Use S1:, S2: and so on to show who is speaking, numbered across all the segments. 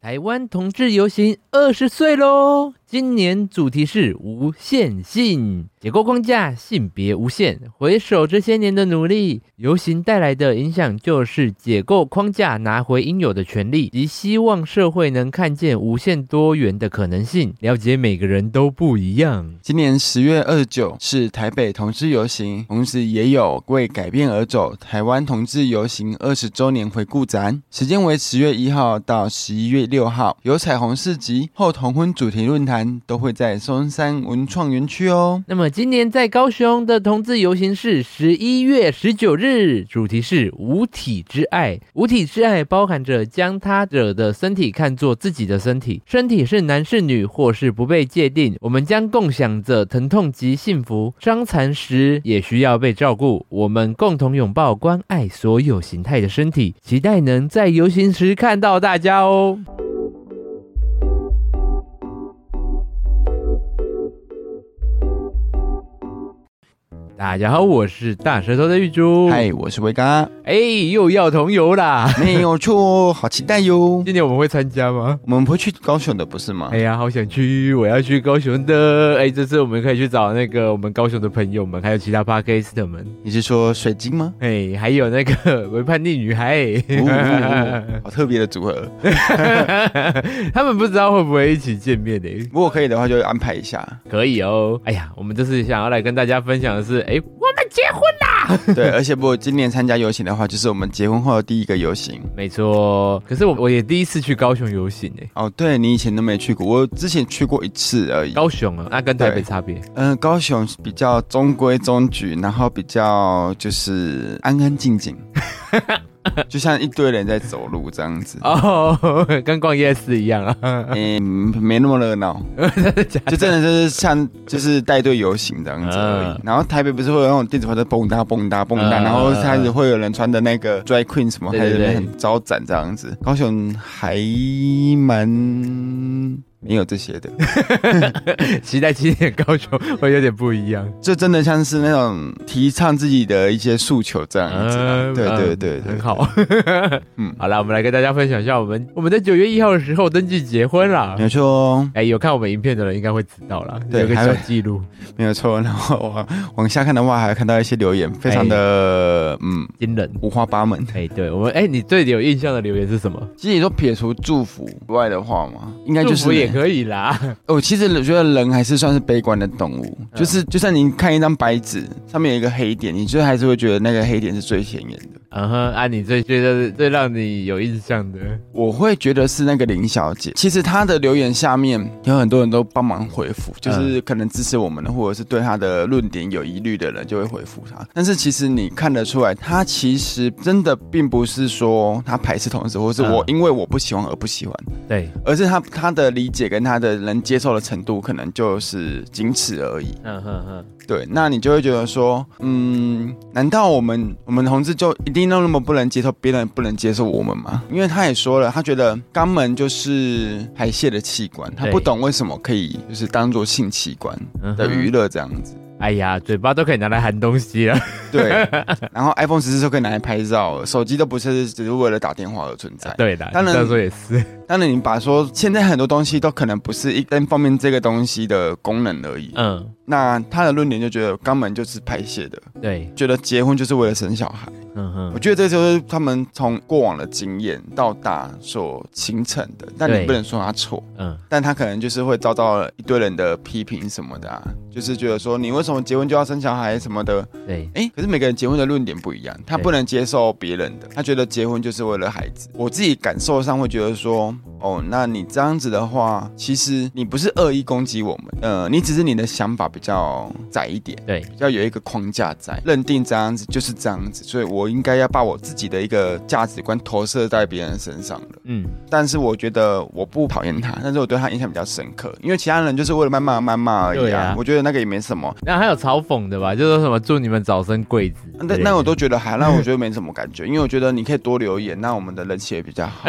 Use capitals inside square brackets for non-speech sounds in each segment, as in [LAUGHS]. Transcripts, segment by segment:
S1: 台湾同志游行二十岁喽！今年主题是无限性，解构框架，性别无限。回首这些年的努力，游行带来的影响就是解构框架，拿回应有的权利，及希望社会能看见无限多元的可能性，了解每个人都不一样。
S2: 今年十月二十九是台北同志游行，同时也有为改变而走台湾同志游行二十周年回顾展，时间为十月一号到十一月六号，有彩虹市集、后同婚主题论坛都会在松山文创园区哦。
S1: 那么今年在高雄的同志游行是十一月十九日，主题是无体之爱。无体之爱包含着将他者的身体看作自己的身体，身体是男是女或是不被界定。我们将共享着疼痛及幸福，伤残时也需要被照顾。我们共同拥抱关爱所有形态的身体，期待能在游行时看到大家哦。大家好，我是大舌头的玉珠。
S2: 嗨，我是维嘎，
S1: 哎、又要同游啦！
S2: 没有错，好期待哟！
S1: 今年我们会参加吗？
S2: 我们不会去高雄的，不是吗
S1: 哎？呀，好想去！我要去高雄的。哎，这次我们可以去找那个我们高雄的朋友们，还有其他 podcast 们，
S2: 你是说水晶吗？
S1: 哎，还有那个 [LAUGHS] 维叛逆女孩， [LAUGHS]
S2: 哦哦哦好特别的组合，
S1: 他们不知道会不会一起见面呢、
S2: 如果可以的话，就安排一下。
S1: 可以哦。哎呀，我们这次想要来跟大家分享的是，哎，我们结婚啦！
S2: [LAUGHS] 对，而且不过今年参加游行的话，就是我们结婚后的第一个游行。
S1: 没错，可是我我也第一次去高雄游行呢、哎
S2: 哦，对你以前都没去过，我之前去过一次而已。
S1: 高雄啊，那跟台北
S2: 对
S1: 差别。
S2: 嗯、高雄比较中规中矩，然后比较就是安安静静， [LAUGHS] 就像一堆人在走路这样子。
S1: 哦， [LAUGHS] 跟逛夜市一样啊，
S2: 嗯，没那么热
S1: [LAUGHS]
S2: 闹，就真的就是像就是带队游行这样子而已
S1: 嗯。
S2: 然后台北不是会有那种电子花在蹦哒蹦哒蹦哒，
S1: 嗯
S2: 然后开始会有人穿的那个 drag queen 什么，
S1: 对
S2: 还
S1: 对
S2: 有
S1: 对
S2: 人很招展这样子。高雄还蛮没有这些的，
S1: 期待今年高雄会有点不一样。
S2: 就真的像是那种提倡自己的一些诉求这样子啊。
S1: 嗯
S2: 对
S1: 嗯
S2: 对对对
S1: 很，好。嗯， [LAUGHS] 好了，我们来跟大家分享一下，我们我们在九月一号的时候登记结婚啦
S2: 没。有错哦，
S1: 哎，有看我们影片的人应该会知道啦，
S2: 对
S1: 有个
S2: 还
S1: 小
S2: 有
S1: 记录，
S2: 没有错。然后往往下看的话，还有看到一些留言，非常的嗯
S1: 惊人。
S2: 五花八门。
S1: 哎，对我们，哎，你最有印象的留言是什么？
S2: 其实你说撇除祝福以外的话嘛，应该就
S1: 祝福
S2: 是
S1: 也可以
S2: [LAUGHS]
S1: 啦。
S2: 我、其实觉得人还是算是悲观的动物，
S1: 嗯
S2: 就是就算你看一张白纸，上面有一个黑点，你就还是会觉得那个黑点是最显眼的。
S1: 嗯哼，啊，你最觉得最让你有印象的，
S2: 我会觉得是那个林小姐，其实她的留言下面有很多人都帮忙回
S1: 嗯
S2: 复，就是可能支持我们的，或者是对她的论点有疑虑的人就会回复她。但是其实你看得出来，她其实真的并不是说她排斥同志，或是
S1: 嗯
S2: 我因为我不喜欢而不喜欢，
S1: 对，
S2: 而是她她的理解跟她的能接受的程度，可能就是仅此而已。
S1: 嗯哼哼，
S2: 对，那你就会觉得说，嗯，难道我们我们同志就一定都那么不能接受别人不能接受我们吗？因为他也说了，他觉得肛门就是排泄的器官，他
S1: 对
S2: 不懂为什么可以就是当做性器官
S1: 嗯
S2: 的
S1: 哼
S2: 娱乐这样子。
S1: 哎呀，嘴巴都可以拿来含东西
S2: [LAUGHS]
S1: 了。
S2: 对，
S1: [LAUGHS]
S2: 然后 iPhone 十四就可以拿来拍照了，手机都不是只是为了打电话而存在。
S1: 对的，
S2: 当然
S1: 你这样说也是。
S2: 当然，你把说现在很多东西都可能不是一单方面这个东西的功能而已。
S1: 嗯，
S2: 那他的论点就觉得肛门就是排泄的，
S1: 对，
S2: 觉得结婚就是为了生小孩。
S1: 嗯
S2: 我
S1: 哼，
S2: 觉得这就是他们从过往的经验到大所形成的，但
S1: 对
S2: 你不能说他错，
S1: 嗯，
S2: 但他可能就是会遭到一堆人的批评什么的啊，就是觉得说你为什么结婚就要生小孩什么的，
S1: 对，
S2: 哎，可是每个人结婚的论点不一样，他
S1: 对
S2: 不能接受别人的，他觉得结婚就是为了孩子。我自己感受上会觉得说，哦，那你这样子的话，其实你不是恶意攻击我们，呃，你只是你的想法比较窄一点。
S1: 对，
S2: 要有一个框架在，认定这样子就是这样子，所以我应该要把我自己的一个价值观投射在别人身上了。
S1: 嗯，
S2: 但是我觉得我不讨厌他，但是我对他印象比较深刻，因为其他人就是为了谩骂谩骂而已
S1: 对
S2: 啊。
S1: 啊
S2: 我觉得那个也没什么，
S1: 那还有嘲讽的吧，就说什么祝你们早生贵子。 [LAUGHS]
S2: 那那我都觉得还，那我觉得没什么感觉，因为我觉得你可以多留言，那我们的人气也比较好。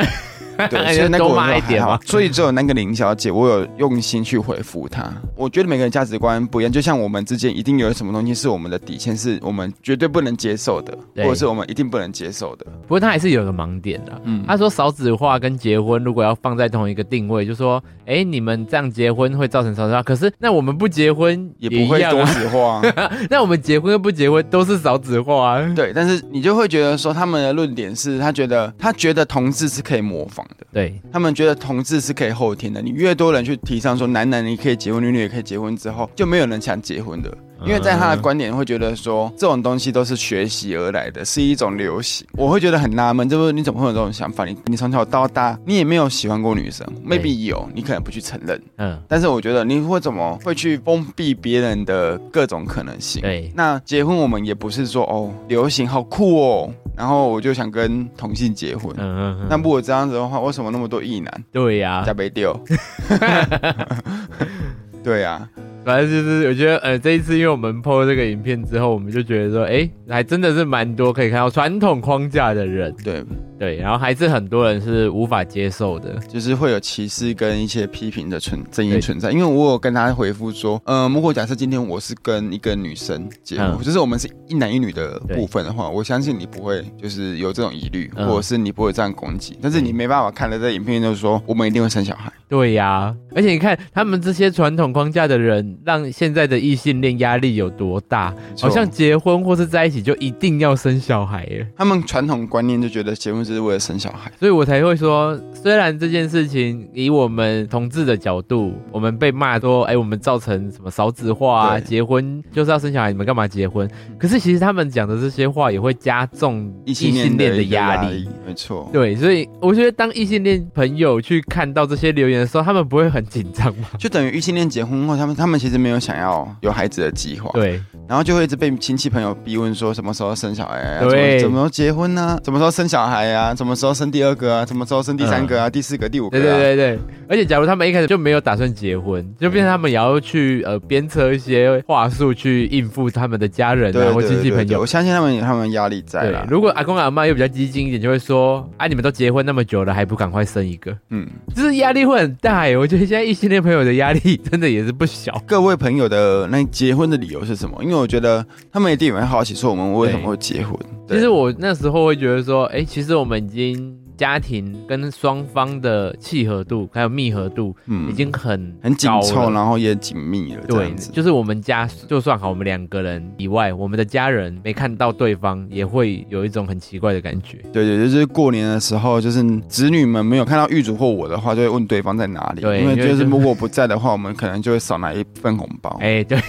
S2: 对，
S1: [LAUGHS]
S2: 所以那个
S1: 多
S2: 我
S1: 骂
S2: 还
S1: 一点
S2: 好
S1: 嘛。
S2: 所以只有那个林小姐，我有用心去回复她。我觉得每个人价值观不一样，就像我们之间一定有什么东西是我们的底线，是我们绝对不能接受的，或
S1: 对
S2: 者是我们一定不能接受的。
S1: 不过他还是有个盲点的。
S2: 嗯，
S1: 他说少子化跟结婚如果要放在同一个定位，就说，哎，你们这样结婚会造成少子化，可是那我们不结婚
S2: 也不会
S1: 一样
S2: 多
S1: 啊，[LAUGHS]
S2: 子化。
S1: 那我们结婚跟不结婚都是少子化啊。
S2: 对，但是你就会觉得说，他们的论点是他觉得他觉得同志是可以模仿的，
S1: 对
S2: 他们觉得同志是可以后天的。你越多人去提倡说男男你可以结婚，女女也可以结婚之后，就没有人想结婚的，
S1: 嗯
S2: 因为在他的观点会觉得说这种东西都是学习而来的，是一种流行。我会觉得很纳闷，这不你怎么会有这种想法？你你从小到大你也没有喜欢过女生，maybe 有，你可能不去承认。
S1: 嗯，
S2: 但是我觉得你会怎么会去封闭别人的各种可能性？
S1: 对
S2: 那结婚我们也不是说哦，流行好酷哦，然后我就想跟同性结婚。
S1: 嗯嗯嗯，
S2: 那如果这样子的话，为什么那么多异男
S1: 对呀、
S2: 加
S1: [LAUGHS]
S2: 倍丢？对啊，
S1: 反正就是我觉得，呃，这一次因为我们 PO 这个影片之后，我们就觉得说，哎，还真的是蛮多可以看到传统框架的人，
S2: 对，
S1: 对，然后还是很多人是无法接受的，
S2: 就是会有歧视跟一些批评的存声音
S1: 对
S2: 存在。因为我有跟他回复说，嗯，如果假设今天我是跟一个女生结婚，
S1: 嗯
S2: 就是我们是一男一女的
S1: 对
S2: 部分的话，我相信你不会就是有这种疑虑，
S1: 嗯
S2: 或者是你不会这样攻击。但是你没办法看了这影片就说我们一定会生小孩，
S1: 对呀、而且你看他们这些传统框架的人，让现在的异性恋压力有多大？好像结婚或是在一起就一定要生小孩耶，
S2: 他们传统观念就觉得结婚就是为了生小孩，
S1: 所以我才会说，虽然这件事情以我们同志的角度，我们被骂说，哎，我们造成什么少子化啊，
S2: 对嗯
S1: 结婚就是要生小孩，你们干嘛结婚？可是其实他们讲的这些话也会加重
S2: 异
S1: 异
S2: 性
S1: 性
S2: 恋
S1: 恋
S2: 的
S1: 的
S2: 一个
S1: 压
S2: 压
S1: 力
S2: 力。，没错。
S1: 对，所以我觉得当异性恋朋友去看到这些留言的时候，他们不会很紧张吗？
S2: 就等于异性恋结婚后，他们他们其实没有想要有孩子的计划，
S1: 对，
S2: 然后就会一直被亲戚朋友逼问说什么时候生小孩啊，
S1: 对
S2: 怎么怎么时候结婚呢、什么时候生小孩啊，什么时候生第二个啊，什么时候生第三个啊，第四个、第五个、
S1: 嗯对
S2: 啊，
S1: 对对对，而且假如他们一开始就没有打算结婚，就变成他们也要去呃鞭策一些话术去应付他们的家人啊或亲戚朋
S2: 对
S1: 友
S2: 我。相信他们有他们压力在
S1: 对
S2: 啦，。
S1: 如果阿公阿妈又比较激进一点，就会说：“啊，你们都结婚那么久了，还不赶快生一
S2: [LAUGHS]
S1: 个？”
S2: 嗯，
S1: 就是压力会很大耶。我觉得现在异性恋朋友的压力真的也是不小。
S2: 各位朋友的那结婚的理由是什么？因为我觉得他们一定也会好奇说我们为什么会结婚。对
S1: 其实我那时候会觉得说：“哎，其实我们已经家庭跟双方的契合度还有密合度
S2: 嗯
S1: 已经很
S2: 很紧
S1: 高了
S2: 凑，然后也紧密了，这
S1: 对
S2: 样，子。
S1: 就是我们家就算好，我们两个人以外，我们的家人没看到对方，也会有一种很奇怪的感觉。
S2: 对对，就是过年的时候，就是子女们没有看到玉主或我的话，就会问对方在哪里。
S1: 对
S2: 因为
S1: 因为
S2: 就是
S1: 就
S2: 如果我不在的话，我们可能就会少拿一份红包。
S1: 哎、对。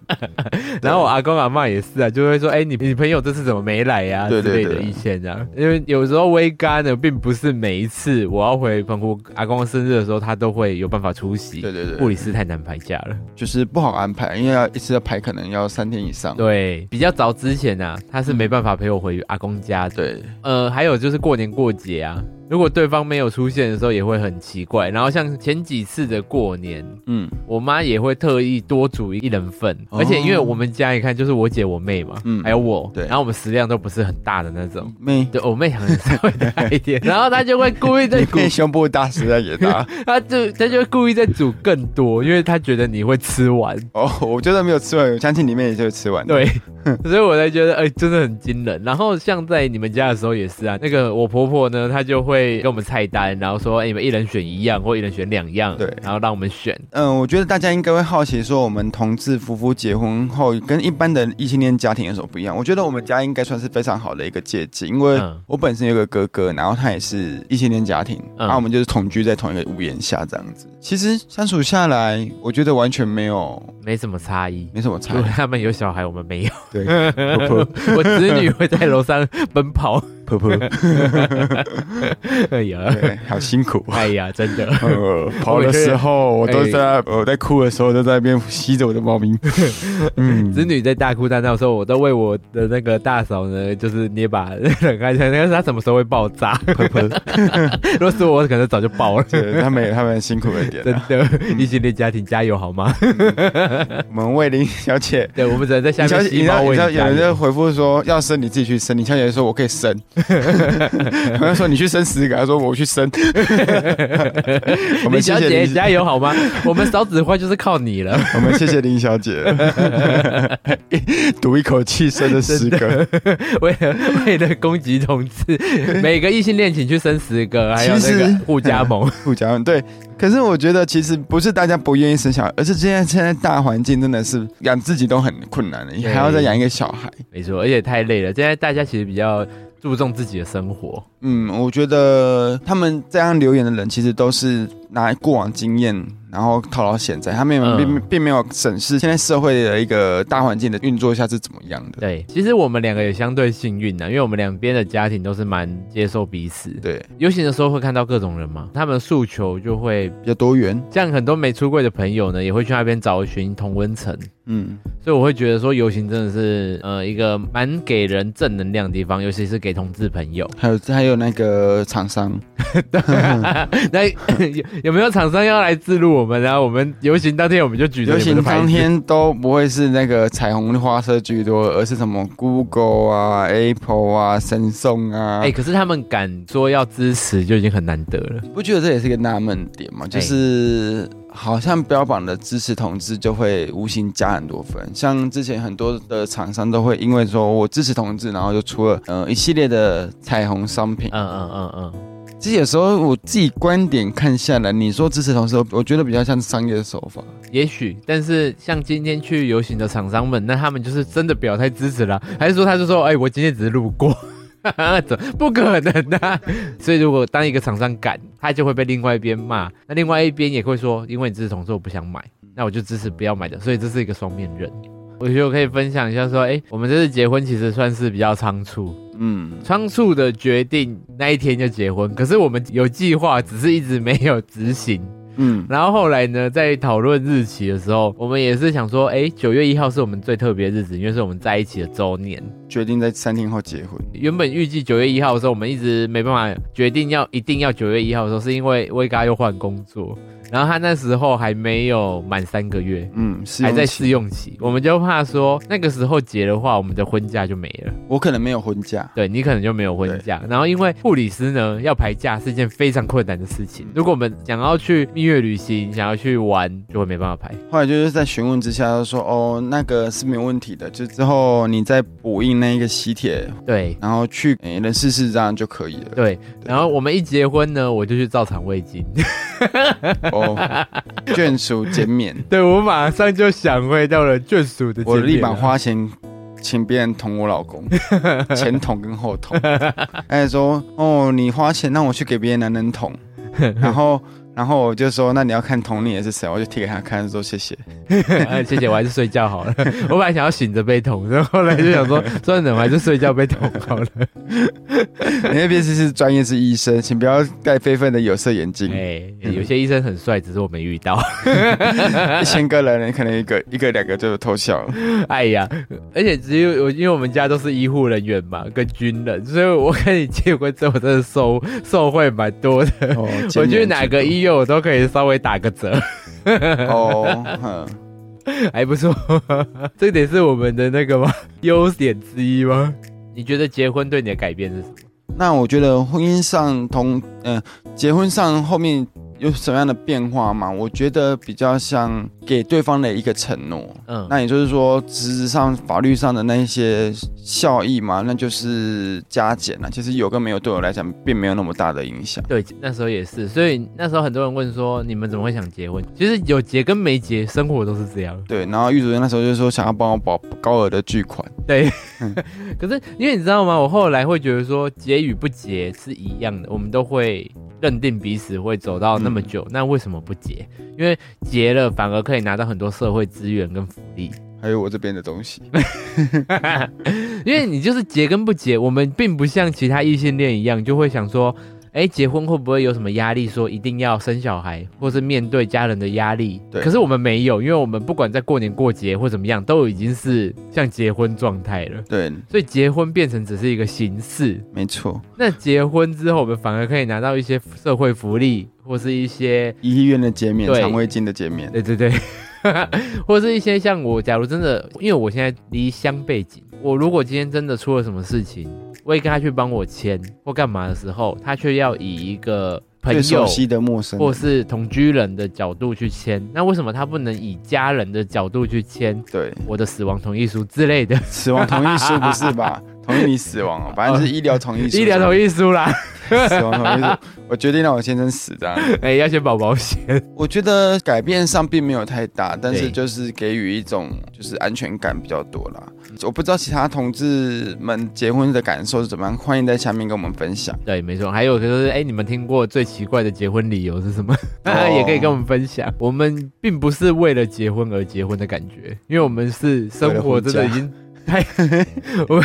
S2: [LAUGHS]
S1: 然后我阿公阿嬷也是啊，就会说：“哎、你你朋友这次怎么没来呀、
S2: 对对
S1: 之类的
S2: 对
S1: 意见这样。因为有时候微干的，并不是每一次我要回澎湖阿公生日的时候，他都会有办法出席。
S2: 对对对，
S1: 布里斯太难排假了，
S2: 就是不好安排，因为要一次要排可能要三天以上。
S1: 对，哦比较早之前啊，他是没办法陪我回阿公家的。
S2: 对
S1: 呃，还有就是过年过节啊，如果对方没有出现的时候，也会很奇怪。然后像前几次的过年，
S2: 嗯
S1: 我妈也会特意多煮一人份，
S2: 哦
S1: 而且因为我们家你看就是我姐、我妹嘛，
S2: 嗯
S1: 还有我，
S2: 对
S1: 然后我们食量都不是很大的那种。
S2: 妹，
S1: 对，我妹好像稍微大一点，然后她就会故意在 [LAUGHS]
S2: 你
S1: 煮，
S2: 妹胸部大，实在也大。
S1: 她就她就会故意在煮更多，因为她觉得你会吃完。
S2: 哦，我觉得没有吃完，我相信你妹也就会吃完。， [LAUGHS]
S1: 对，所以我才觉得，哎、真的很惊人。然后像在你们家的时候也是啊，那个我婆婆呢，她就会给我们菜单，然后说，哎、你们一人选一样，或一人选两样，
S2: 对
S1: 然后让我们选。
S2: 嗯，我觉得大家应该会好奇说，我们同志夫妇结婚后跟一般的异性恋家庭有什么不一样？我觉得我们家应该算是非常好的一个借鉴，因为
S1: 嗯
S2: 我本身有个哥哥，然后他也是异性恋家庭，那、
S1: 嗯
S2: 我们就是同居在同一个屋檐下这样子。其实相处下来，我觉得完全没有
S1: 没什么差异。
S2: 没什么
S1: 如
S2: 差
S1: 果
S2: 异。
S1: 他们有小孩，我们没有。
S2: 对
S1: [LAUGHS] 我子女会在楼上奔跑。
S2: 噗噗，
S1: 哎呀， [LAUGHS]
S2: 对，好辛苦。
S1: 哎呀，真的。
S2: [LAUGHS] 呃，跑的时候，我都在呃我在哭的时候，都在那边吸着我
S1: [LAUGHS]
S2: 的猫咪。嗯，
S1: 子女在大哭大闹的时候，我都为我的那个大嫂呢，就是捏把冷汗枪，但是她什么时候会爆炸？ [LAUGHS]
S2: 噗噗，
S1: 如果是我，可能早就爆了。
S2: [LAUGHS] 对他们有他们辛苦的点
S1: 真
S2: 啊。
S1: 的，异性恋家庭加油好吗？
S2: 我们为林 [LAUGHS] 小姐，
S1: 对，我们只能在下
S2: 林小
S1: 面
S2: 姐，你
S1: 细
S2: 知道，
S1: 胞
S2: 你
S1: 为
S2: 知道，有
S1: 加
S2: 人
S1: 油 [LAUGHS]
S2: 在回复说要生你自己去生，林小姐说我可以生，我就说你去生十个，他说我
S1: [LAUGHS]
S2: 去生。我
S1: 林
S2: 们
S1: 小
S2: 谢谢
S1: 姐
S2: 林
S1: 加油好吗？我们少子化就是靠你了。
S2: 我们谢谢林小姐， [LAUGHS] 赌一口气生了十个。
S1: 为了为了攻击同志，每个异性恋请去生十个，还有那
S2: 其实
S1: 个互加
S2: [LAUGHS]
S1: 盟。
S2: 不讲对，可是我觉得其实不是大家不愿意生小孩，而是现在现在大环境真的是养自己都很困难了，你还要再养一个小孩。
S1: 没错，而且太累了。现在大家其实比较注重自己的生活，
S2: 嗯，我觉得他们这样留言的人，其实都是拿过往经验，然后套到现在，他们
S1: 嗯
S2: 并、并没有审视现在社会的一个大环境的运作下是怎么样的。
S1: 对，其实我们两个也相对幸运的，因为我们两边的家庭都是蛮接受彼此。
S2: 对，
S1: 游行的时候会看到各种人嘛，他们诉求就会
S2: 比较多元。
S1: 像很多没出柜的朋友呢，也会去那边找寻同温层，
S2: 嗯，
S1: 所以我会觉得说游行真的是呃一个蛮给人正能量的地方，尤其是给同志朋友。 [LAUGHS]
S2: 还有还有那个厂商，
S1: 那 [LAUGHS] 有有没有厂商要来自录我们然后我们游行当天我们就举着
S2: 游
S1: 你们
S2: 行
S1: 的牌
S2: 当
S1: 子，
S2: 天都不会是那个彩虹花车居多，而是什么 Google 啊、Apple 啊、神送啊。
S1: 哎、可是他们敢说要支持就已经很难得了。
S2: 不觉得这也是一个纳闷点
S1: 哎
S2: 吗？就是好像标榜的支持同志就会无形加很多分，像之前很多的厂商都会因为说我支持同志，然后就出了呃一系列的彩虹商品。
S1: 嗯嗯嗯嗯，
S2: 其实有时候我自己观点看下来，你说支持同志，我觉得比较像商业手法。
S1: 也许，但是像今天去游行的厂商们，那他们就是真的表态支持了，还是说他就说，哎、我今天只是路过？ [LAUGHS] 怎么不可能啊！所以如果当一个厂商敢，他就会被另外一边骂，那另外一边也会说，因为你支持同志，我不想买，那我就支持不要买的，所以这是一个双面人。我觉得我可以分享一下，说，哎、我们这次结婚其实算是比较仓促，
S2: 嗯，
S1: 仓促的决定那一天就结婚，可是我们有计划，只是一直没有执行。
S2: 嗯，
S1: 然后后来呢，在讨论日期的时候，我们也是想说，哎，九月一号是我们最特别的日子，因为是我们在一起的周年。
S2: 决定在三天后结婚。
S1: 原本预计九月一号的时候，我们一直没办法决定要一定要九月一号的时候，是因为威嘎又换工作，然后他那时候还没有满三个月。
S2: 嗯，试
S1: 还
S2: 用
S1: 在
S2: 期
S1: 试用期，我们就怕说那个时候结的话，我们的婚假就没了。
S2: 我可能没有婚假。
S1: 对你可能就没有婚假。然后因为护理师呢要排假是一件非常困难的事情，如果我们想要去蜜月旅行，想要去玩，就会没办法排。
S2: 后来就是在询问之下，他说哦，那个是没有问题的，就之后你再补印那一个喜帖，
S1: 对。
S2: 然后去诶人事室这样就可以
S1: [LAUGHS]
S2: 了。
S1: 对，然后我们一结婚呢，我就去照肠胃镜。
S2: 哦，眷属减免，
S1: [LAUGHS] 对我马上就想回到了眷属的
S2: 我
S1: 见面
S2: 立马
S1: 了。
S2: 花钱请别人捅我老公，前捅跟后捅。哎，说哦，你花钱让我去给别人男人捅，然后然后我就说那你要看捅你的是谁，我就贴给他看，说谢谢。
S1: [LAUGHS] 哎谢谢，我还是睡觉好了。 [LAUGHS] 我本来想要醒着被捅，然后后来就想
S2: [LAUGHS]
S1: 说，算了，我还是睡觉被捅好了。
S2: 你那边是是专业是医生，请不要戴非分的有色眼镜。
S1: 哎，有些医生很帅，只是我没遇到。 [LAUGHS]
S2: [LAUGHS] 一千个人，你可能一个一个两个就偷笑了。
S1: 哎呀，而且只有我，因为我们家都是医护人员嘛，跟军人，所以我跟你结婚之后，我真的受受惠蛮多
S2: [LAUGHS]
S1: 的。
S2: 哦，
S1: 我觉得哪个医院我都可以稍微打个折，
S2: [LAUGHS] 哦，哼
S1: 还不错。 [LAUGHS] 这点是我们的那个吗？优点之一吗？你觉得结婚对你的改变是什么？
S2: 那我觉得婚姻上同嗯、结婚上后面有什么样的变化吗？我觉得比较像给对方的一个承诺。
S1: 嗯，
S2: 那也就是说，实质上法律上的那一些效益嘛，那就是加减啊。其实有跟没有对我来讲，并没有那么大的影响。
S1: 对，那时候也是，所以那时候很多人问说，你们怎么会想结婚？其实有结跟没结，生活都是这样。
S2: 对，然后玉主任那时候就说想要帮我保高额的巨款，
S1: 对， [LAUGHS] 可是因为你知道吗？我后来会觉得说，结与不结是一样的，我们都会认定彼此会走到那么久，那为什么不结？因为结了反而可以拿到很多社会资源跟福利。
S2: 还有我这边的东西。
S1: [LAUGHS] 因为你就是结跟不结，我们并不像其他异性恋一样，就会想说，哎，结婚会不会有什么压力？说一定要生小孩，或是面对家人的压力。
S2: 对
S1: 可是我们没有，因为我们不管在过年过节或怎么样，都已经是像结婚状态了。
S2: 对，
S1: 所以结婚变成只是一个形式。
S2: 没错，
S1: 那结婚之后，我们反而可以拿到一些社会福利，或是一些
S2: 医院的减免，
S1: 对
S2: 肠胃镜的减免。
S1: [LAUGHS] 对对对，或是一些像我，假如真的，因为我现在离乡背景，我如果今天真的出了什么事情，我也跟他去帮我签或干嘛的时候，他却要以一个朋
S2: 最熟
S1: 友
S2: 悉的陌生人，
S1: 或是同居人的角度去签，那为什么他不能以家人的角度去签
S2: 对
S1: 我的死亡同意书之类
S2: [LAUGHS]
S1: 的
S2: 死亡同意书不是
S1: [LAUGHS]
S2: 吧？同意你死亡哦，反正是医疗同意书。
S1: 医疗同意书
S2: [LAUGHS]
S1: 啦？
S2: 死亡同意书，我决定让我先生死这样。
S1: 哎、要先保保险。
S2: 我觉得改变上并没有太大，但是
S1: 对
S2: 就是给予一种就是安全感比较多啦。我不知道其他同志们结婚的感受是怎么样，欢迎在下面跟我们分享。
S1: 对，没错。还有就是，哎、你们听过最奇怪的结婚理由是什么？ [LAUGHS]
S2: 哦
S1: 也可以跟我们分享。我们并不是为了结婚而结婚的感觉，因为我们是生活真的已经太， [LAUGHS] 我们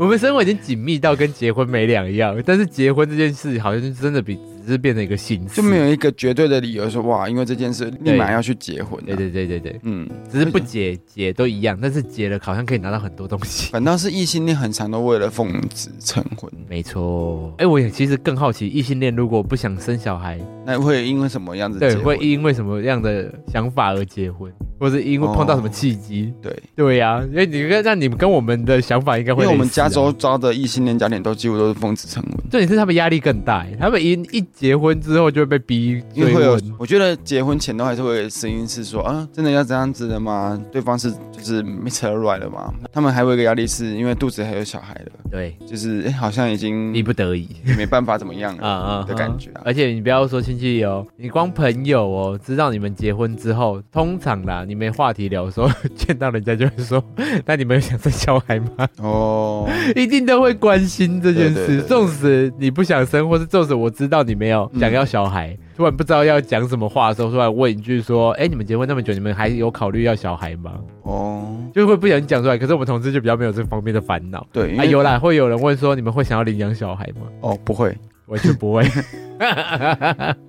S1: 我们生活已经紧密到跟结婚没两样。但是结婚这件事，好像就真的比只是变成一个形式，
S2: 就没。有一个绝对的理
S1: [LAUGHS]
S2: 由说哇，因为这件事立马要去结婚、啊。
S1: 对对对对对，
S2: 嗯，
S1: 只是不结结都一样，但是结了好像可以拿到很多东
S2: [LAUGHS]
S1: 西。
S2: 反倒是异性恋很常都为了奉子成婚，
S1: 没错，哎、我也其实更好奇，异性恋如果不想生小孩，
S2: 那会因为什么样子
S1: 对，
S2: 结
S1: 会
S2: 婚？
S1: 因为什么样的想法而结婚，或是因为
S2: 哦
S1: 碰到什么契机？
S2: 对，
S1: 对呀、因为你跟那你们跟我们的想法应该
S2: 因
S1: 会、
S2: 为
S1: 啊，
S2: 我们加州招的异性恋家庭都几乎都是奉子成婚，
S1: 重点是他们压力更大，他们一一结婚之后就会被逼
S2: 因为
S1: 追
S2: 会有
S1: 问，，
S2: 我觉得结婚前都还是会有声音是说，啊，真的要这样子的吗？对方是就是没扯软了吗？他们还有一个压力是因为肚子还有小孩了，
S1: 对，
S2: 就是、哎好像已经
S1: 逼不得已
S2: 没办法怎么样
S1: [LAUGHS] 啊
S2: 了
S1: 啊
S2: [LAUGHS] 的感觉、啊。
S1: 而且你不要说亲戚哦，你光朋友哦，知道你们结婚之后，通常啦，你没话题聊的时候， [LAUGHS] 见到人家就会说：“ [LAUGHS] 那你们有想生小孩吗
S2: 哦，？”
S1: [LAUGHS] 一定都会关心这件
S2: 对对
S1: 事
S2: 对，对
S1: 纵使你不想生，或是纵使我知道你没有想要小孩，突然不知道要讲什么话的时候，突然问一句说：“哎，你们结婚那么久，你们还有考虑要小孩吗
S2: 哦，？”
S1: 就会不小心讲出来。可是我们同志就比较没有这方面的烦恼。
S2: 对，因
S1: 啊，
S2: 为、
S1: 有啦，会有人问说：“你们会想要领养小孩吗
S2: 哦，不会。？”
S1: 完全不会。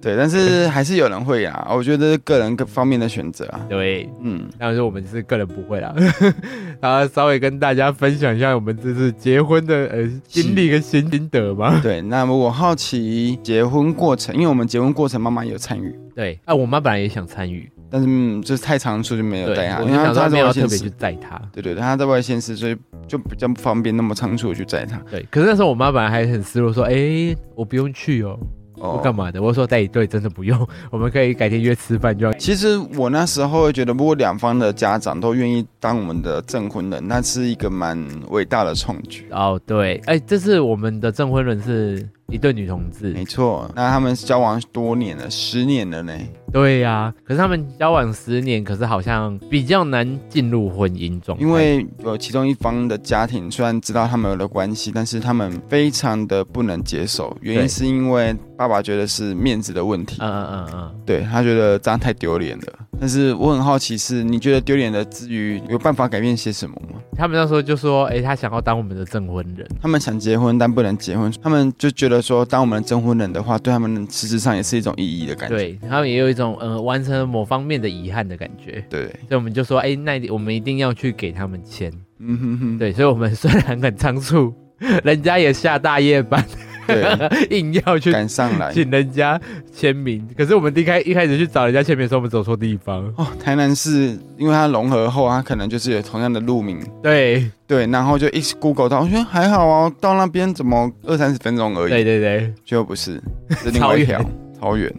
S2: 对，但是还是有人会啊，我觉得个人各方面的选择啊，
S1: [LAUGHS] 对，
S2: 嗯，
S1: 当然说我们是个人不会啦， [LAUGHS] 然后稍微跟大家分享一下我们这次结婚的呃经历跟心心得吧。
S2: [LAUGHS] 对。那么我好奇结婚过程，因为我们结婚过程妈妈有参与，
S1: 对，啊，我妈本来也想参与，
S2: 但是、嗯、就是太长处就没有
S1: 对
S2: 带她，，
S1: 我就
S2: 因为她
S1: 想
S2: 她
S1: 说没
S2: 在
S1: 有
S2: 外
S1: 要特
S2: 县
S1: 别
S2: 市
S1: 去，载她。
S2: 对对对，她在外县市，所以就比较不方便那么仓促去载她。
S1: 对，可是那时候我妈本来还很失落，说：“哎，我不用去哦，我干
S2: 哦，
S1: 嘛的？”我说：“对对，真的不用， [LAUGHS] 我们可以改天约吃饭就好。
S2: 其实我那时候会觉得，如果两方的家长都愿意当我们的证婚人，那是一个蛮伟大的创举。”
S1: 哦，对，哎，这次我们的证婚人是一对女同志，
S2: 没错，那他们交往多年了，十年了呢。
S1: 对呀、可是他们交往十年，可是好像比较难进入婚姻状态，
S2: 因为有其中一方的家庭虽然知道他们有了关系，但是他们非常的不能接受，原因
S1: 对
S2: 是因为爸爸觉得是面子的问题，
S1: 嗯嗯嗯嗯，
S2: 对他觉得这样太丢脸了。但是我很好奇是，你觉得丢脸的之余，有办法改变些什么吗？
S1: 他们那时候就说：“哎，他想要当我们的证婚人。”
S2: 他们想结婚但不能结婚，他们就觉得说，当我们的征婚人的话，对他们实质上也是一种意义的感觉。
S1: 对他们也有一种呃完成了某方面的遗憾的感觉，
S2: 对，
S1: 所以我们就说，哎、那我们一定要去给他们签。
S2: 嗯哼哼，
S1: 对，所以我们虽然很仓促， [LAUGHS] 人家也下大夜班，
S2: 对，
S1: 硬要
S2: [LAUGHS]
S1: 去
S2: 赶上来。
S1: 请人家签名。可是我们一开一开始去找人家签名的时候，我们走错地方。
S2: 哦，台南市因为它融合后，它可能就是有同样的路名，
S1: 对，
S2: 对，然后就一直 Google 到，我觉得还好啊，到那边怎么二三十分钟而已，
S1: 对对对。
S2: 结果不
S1: [LAUGHS]
S2: 是，是另外一条，超远。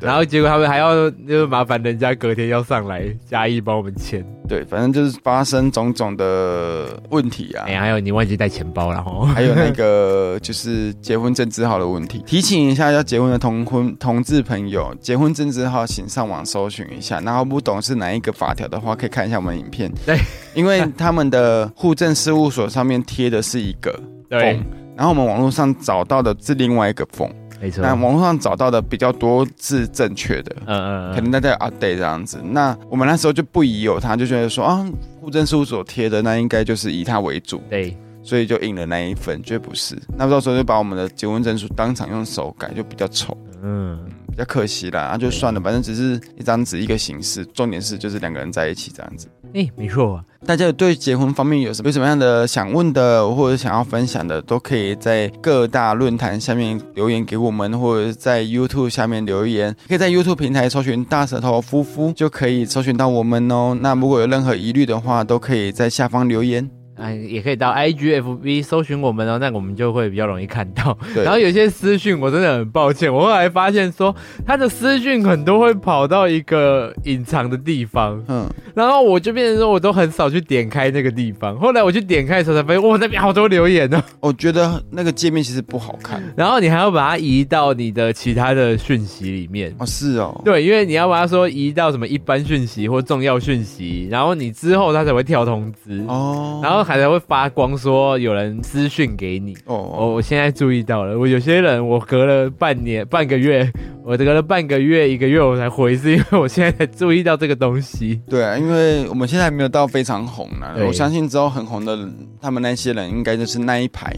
S2: 对
S1: 然后结果他们还要就是麻烦人家隔天要上来嘉义帮我们签。
S2: 对，反正就是发生种种的问题啊
S1: 哎、，呀，还有你忘记带钱包了
S2: [LAUGHS]
S1: 哦。
S2: 还有那个 [LAUGHS] 就是结婚证字号的问题。提醒一下要结婚的同婚同志朋友，结婚证字号请上网搜寻一下，然后不懂是哪一个法条的话，可以看一下我们影片。
S1: 对，
S2: 因为他们的户政事务所上面贴的是一个
S1: 对
S2: 缝，，然后我们网络上找到的是另外一个缝。
S1: 没错。
S2: 那网络上找到的比较多是正确的，
S1: 嗯嗯
S2: 可能大家有 update 这样子。那我们那时候就不疑有他，就觉得说啊，户政事务所贴的那应该就是以他为主，
S1: 对，
S2: 所以就印了那一份，绝不是。那到时候就把我们的结婚证书当场用手改，就比较丑，
S1: 嗯，
S2: 比较可惜啦。那、啊就算了，反正只是一张纸一个形式，重点是就是两个人在一起这样子。
S1: 哎、没错啊。
S2: 大家有对结婚方面有什么有什么样的想问的，或者想要分享的，都可以在各大论坛下面留言给我们，或者在 YouTube 下面留言，可以在 YouTube 平台搜寻“大舌头夫妇”就可以搜寻到我们哦。那如果有任何疑虑的话，都可以在下方留言。
S1: 哎，也可以到 IGFB 搜寻我们哦，那我们就会比较容易看到。
S2: 对
S1: 然后有些私讯，我真的很抱歉，我后来发现说他的私讯很多会跑到一个隐藏的地方，
S2: 嗯，
S1: 然后我就变成说我都很少去点开那个地方。后来我去点开的时候才发现，哇，那边好多留言哦。 [LAUGHS]
S2: 我觉得那个界面其实不好看
S1: 然后你还要把它移到你的其他的讯息里面。
S2: 哦，是哦，
S1: 对，因为你要把它说移到什么一般讯息或重要讯息，然后你之后它才会跳通知，
S2: 哦，
S1: 然后还才会发光说有人私讯给你。我、
S2: 哦
S1: 我现在注意到了，我有些人我隔了半年、半个月，我隔了半个月、一个月我才回，是因为我现在才注意到这个东西。 [LAUGHS]
S2: 对啊，因为我们现在还没有到非常红呢、
S1: 对
S2: 我相信之后很红的人，他们那些人应该就是那一排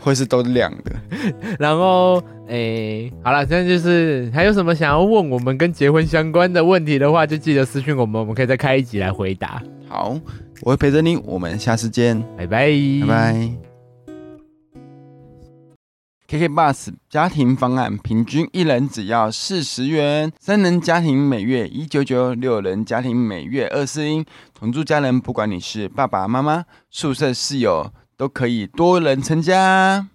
S2: 会是都亮的。
S1: 然后，诶，好了，现在就是还有什么想要问我们跟结婚相关的问题的话，就记得私讯我们，我们可以再开一集来回答。
S2: 好，我会陪着你，我们下次见，
S1: 拜拜，
S2: 拜。拜。KK Bus 家庭方案平均一人只要四十元，三人家庭每月一九九，六人家庭每月二四一。同住家人，不管你是爸爸妈妈、宿舍室友，都可以多人成家。